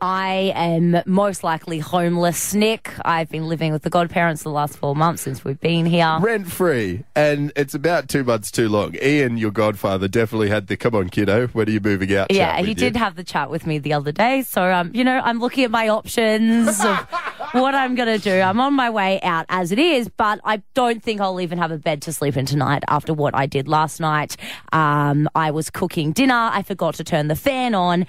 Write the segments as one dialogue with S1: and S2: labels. S1: I am most likely homeless, Nick. I've been living with the godparents the last four months since we've been here.
S2: Rent free, and it's about two months too long. Ian, your godfather, definitely had the come on, kiddo, when are you moving out? chat
S1: Yeah,
S2: with
S1: he
S2: you.
S1: did have the chat with me the other day. So, um, you know, I'm looking at my options of what I'm going to do. I'm on my way out as it is, but I don't think I'll even have a bed to sleep in tonight after what I did last night. Um, I was cooking dinner. I forgot to turn the fan on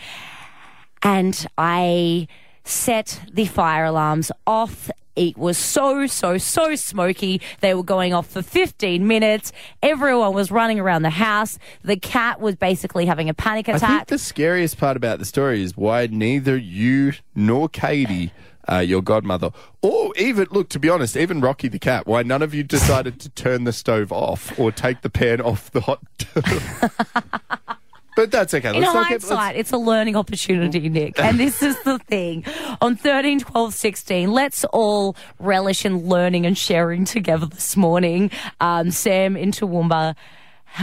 S1: and I set the fire alarms off. It was so, so, so smoky. They were going off for 15 minutes. Everyone was running around the house. The cat was basically having a panic
S2: I think
S1: attack.
S2: the scariest part about the story is why neither you nor Katie, uh, your godmother, or even, look, to be honest, even Rocky the cat, why none of you decided to turn the stove off or take the pan off the hot. but that's okay.
S1: in
S2: let's not get- let's-
S1: hindsight, it's a learning opportunity, Nick. And this is the thing. On 13, 12, 16, let's all relish in learning and sharing together this morning. Um, Sam in Toowoomba,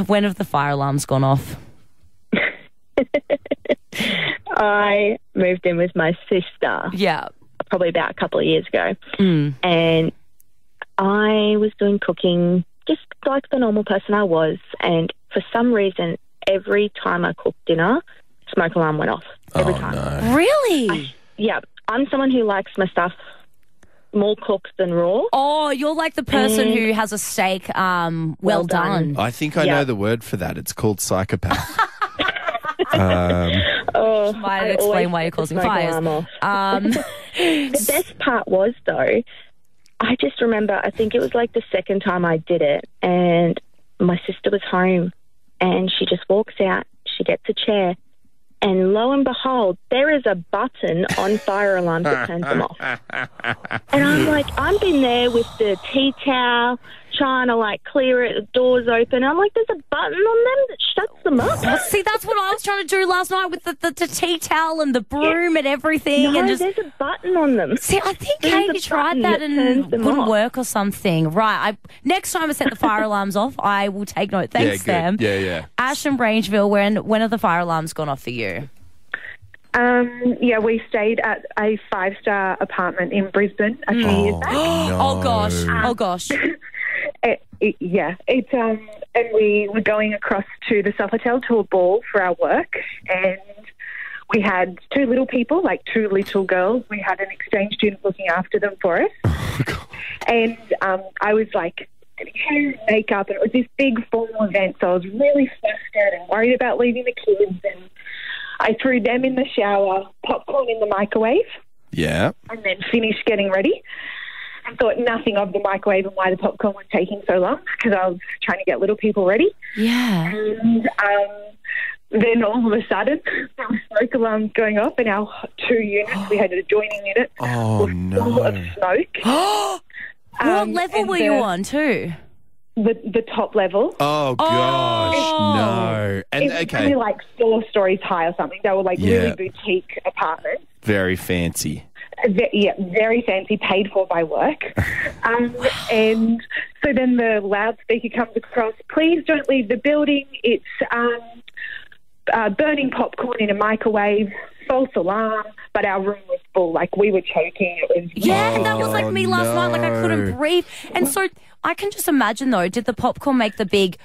S1: when have the fire alarms gone off?
S3: I moved in with my sister
S1: Yeah.
S3: probably about a couple of years ago,
S1: Hmm.
S3: and I was doing cooking just like the normal person I was. And for some reason, every time I cooked dinner, smoke alarm went off. Every time.
S1: Really?
S3: Yeah, I'm someone who likes my stuff more cooked than raw.
S1: Oh, you're like the person who has a steak um, well,
S3: Well
S1: done.
S3: done.
S2: I think I
S3: Yeah.
S2: know the word for that. It's called psychopath.
S3: Oh,
S1: Might
S3: I
S1: explain
S3: always
S1: why you're
S3: set the
S1: causing
S3: smoke
S1: fires.
S3: alarm off.
S1: Um,
S3: The best part was though, I just remember I think it was like the second time I did it and my sister was home and she just walks out, she gets a chair and lo and behold, there is a button on fire alarms that turns them off. And I'm like, I've been there with the tea towel, trying to like clear it, the doors open. I'm like, there's a button on them that shuts them up.
S1: see, that's what I was trying to do last night with the, the, the tea towel and the broom and everything,
S3: No,
S1: and just.
S3: there's a button on them.
S1: See, I think
S3: There's a
S1: Katie tried
S3: button
S1: that
S3: that
S1: and
S3: turns them
S1: wouldn't
S3: off.
S1: work or something. Right. I, next time I set the fire alarms off, I will take note. Thanks,
S2: yeah,
S1: Sam.
S2: good. Yeah, yeah.
S1: Ash and Rangeville, when when have the fire alarms gone off for you?
S4: Um, yeah, we stayed at a five star apartment in Brisbane a few years back.
S1: Oh gosh. Oh gosh.
S4: It, it, yeah, it's um, and we were going across to the Sofitel to a ball for our work, and we had two little people, like two little girls. We had an exchange student looking after them for us, and um, I was like. hair and Makeup, and it was this big formal event, so I was really flustered and worried about leaving the kids. And I threw them in the shower, popcorn in the microwave,
S2: Yeah.
S4: and then finished getting ready and thought nothing of the microwave and why the popcorn was taking so long because I was trying to get little people ready.
S1: Yeah.
S4: And um, then all of a sudden, there was smoke alarms going off in our two units. We had an adjoining unit
S2: Oh,
S4: full of
S2: no.
S4: smoke.
S1: what
S4: Um,
S1: level
S4: and
S1: were you
S4: the-
S1: on too?
S4: The, the top level.
S2: Oh, gosh. No. And
S4: It was Oh. only
S2: okay.
S4: like four stories high or something. They were like
S2: Yeah.
S4: really boutique apartments.
S2: Very fancy.
S4: Ve- yeah, very fancy, paid for by work. Um, and so then the loudspeaker comes across. Please don't leave the building. It's um, uh, burning popcorn in a microwave. False alarm. But our room was full. Like we were choking. It was
S1: Yeah, and that was like me last night. Like I couldn't
S2: Oh, no.
S1: breathe. And so I can just imagine though, did the popcorn make the big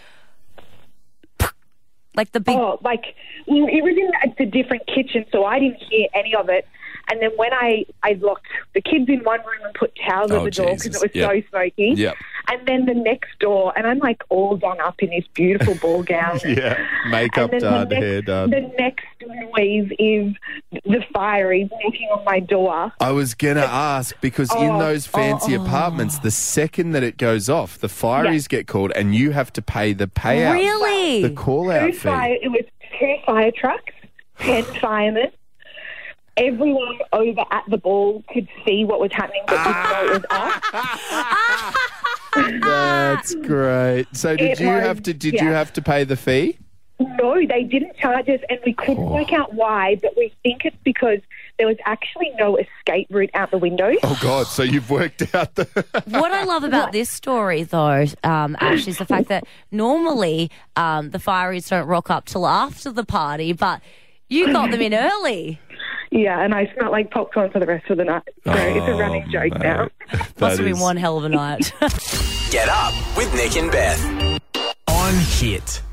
S1: like the big
S4: Oh, like well, it was in a, a different kitchen, so I didn't hear any of it. And then when I I locked the kids in one room and put towels
S2: Oh,
S4: at the door because
S2: Jesus.
S4: it was
S2: Yep.
S4: so smoky.
S2: Yep.
S4: And then the next door, and I'm like all done up in this beautiful ball gown.
S2: Yeah. Makeup
S4: And then
S2: done,
S4: the
S2: hair
S4: next,
S2: done.
S4: the next noise is the fire is knocking on my door.
S2: I was going to
S4: Oh.
S2: ask because in those fancy apartments, the second that it goes off, the fireys get called and you have to pay the
S4: Oh.
S2: payout.
S1: Really?
S2: The call out
S4: Two
S2: fee.
S4: fire, it was two fire trucks, ten firemen. Everyone over at the ball could see what was happening, but didn't know it was us.
S2: That's great. So did
S4: It
S2: you
S4: was-
S2: have to did
S4: yeah.
S2: you have to pay the fee?
S4: No, they didn't charge us, and we couldn't
S2: Oh.
S4: work out why, but we think it's because there was actually no escape route out the window.
S2: Oh god, so you've worked out the
S1: What I love about this story, though, um, Ash, is the fact that normally um, the fireys don't rock up till after the party, but you got them in early.
S4: Yeah, and I smelt like popcorn for the rest of the night. So it's a
S2: Oh,
S4: running joke
S2: mate.
S4: now.
S2: That
S1: Must have been
S2: is-
S1: one hell of a night.
S5: Get up with Nick and Beth on Hit.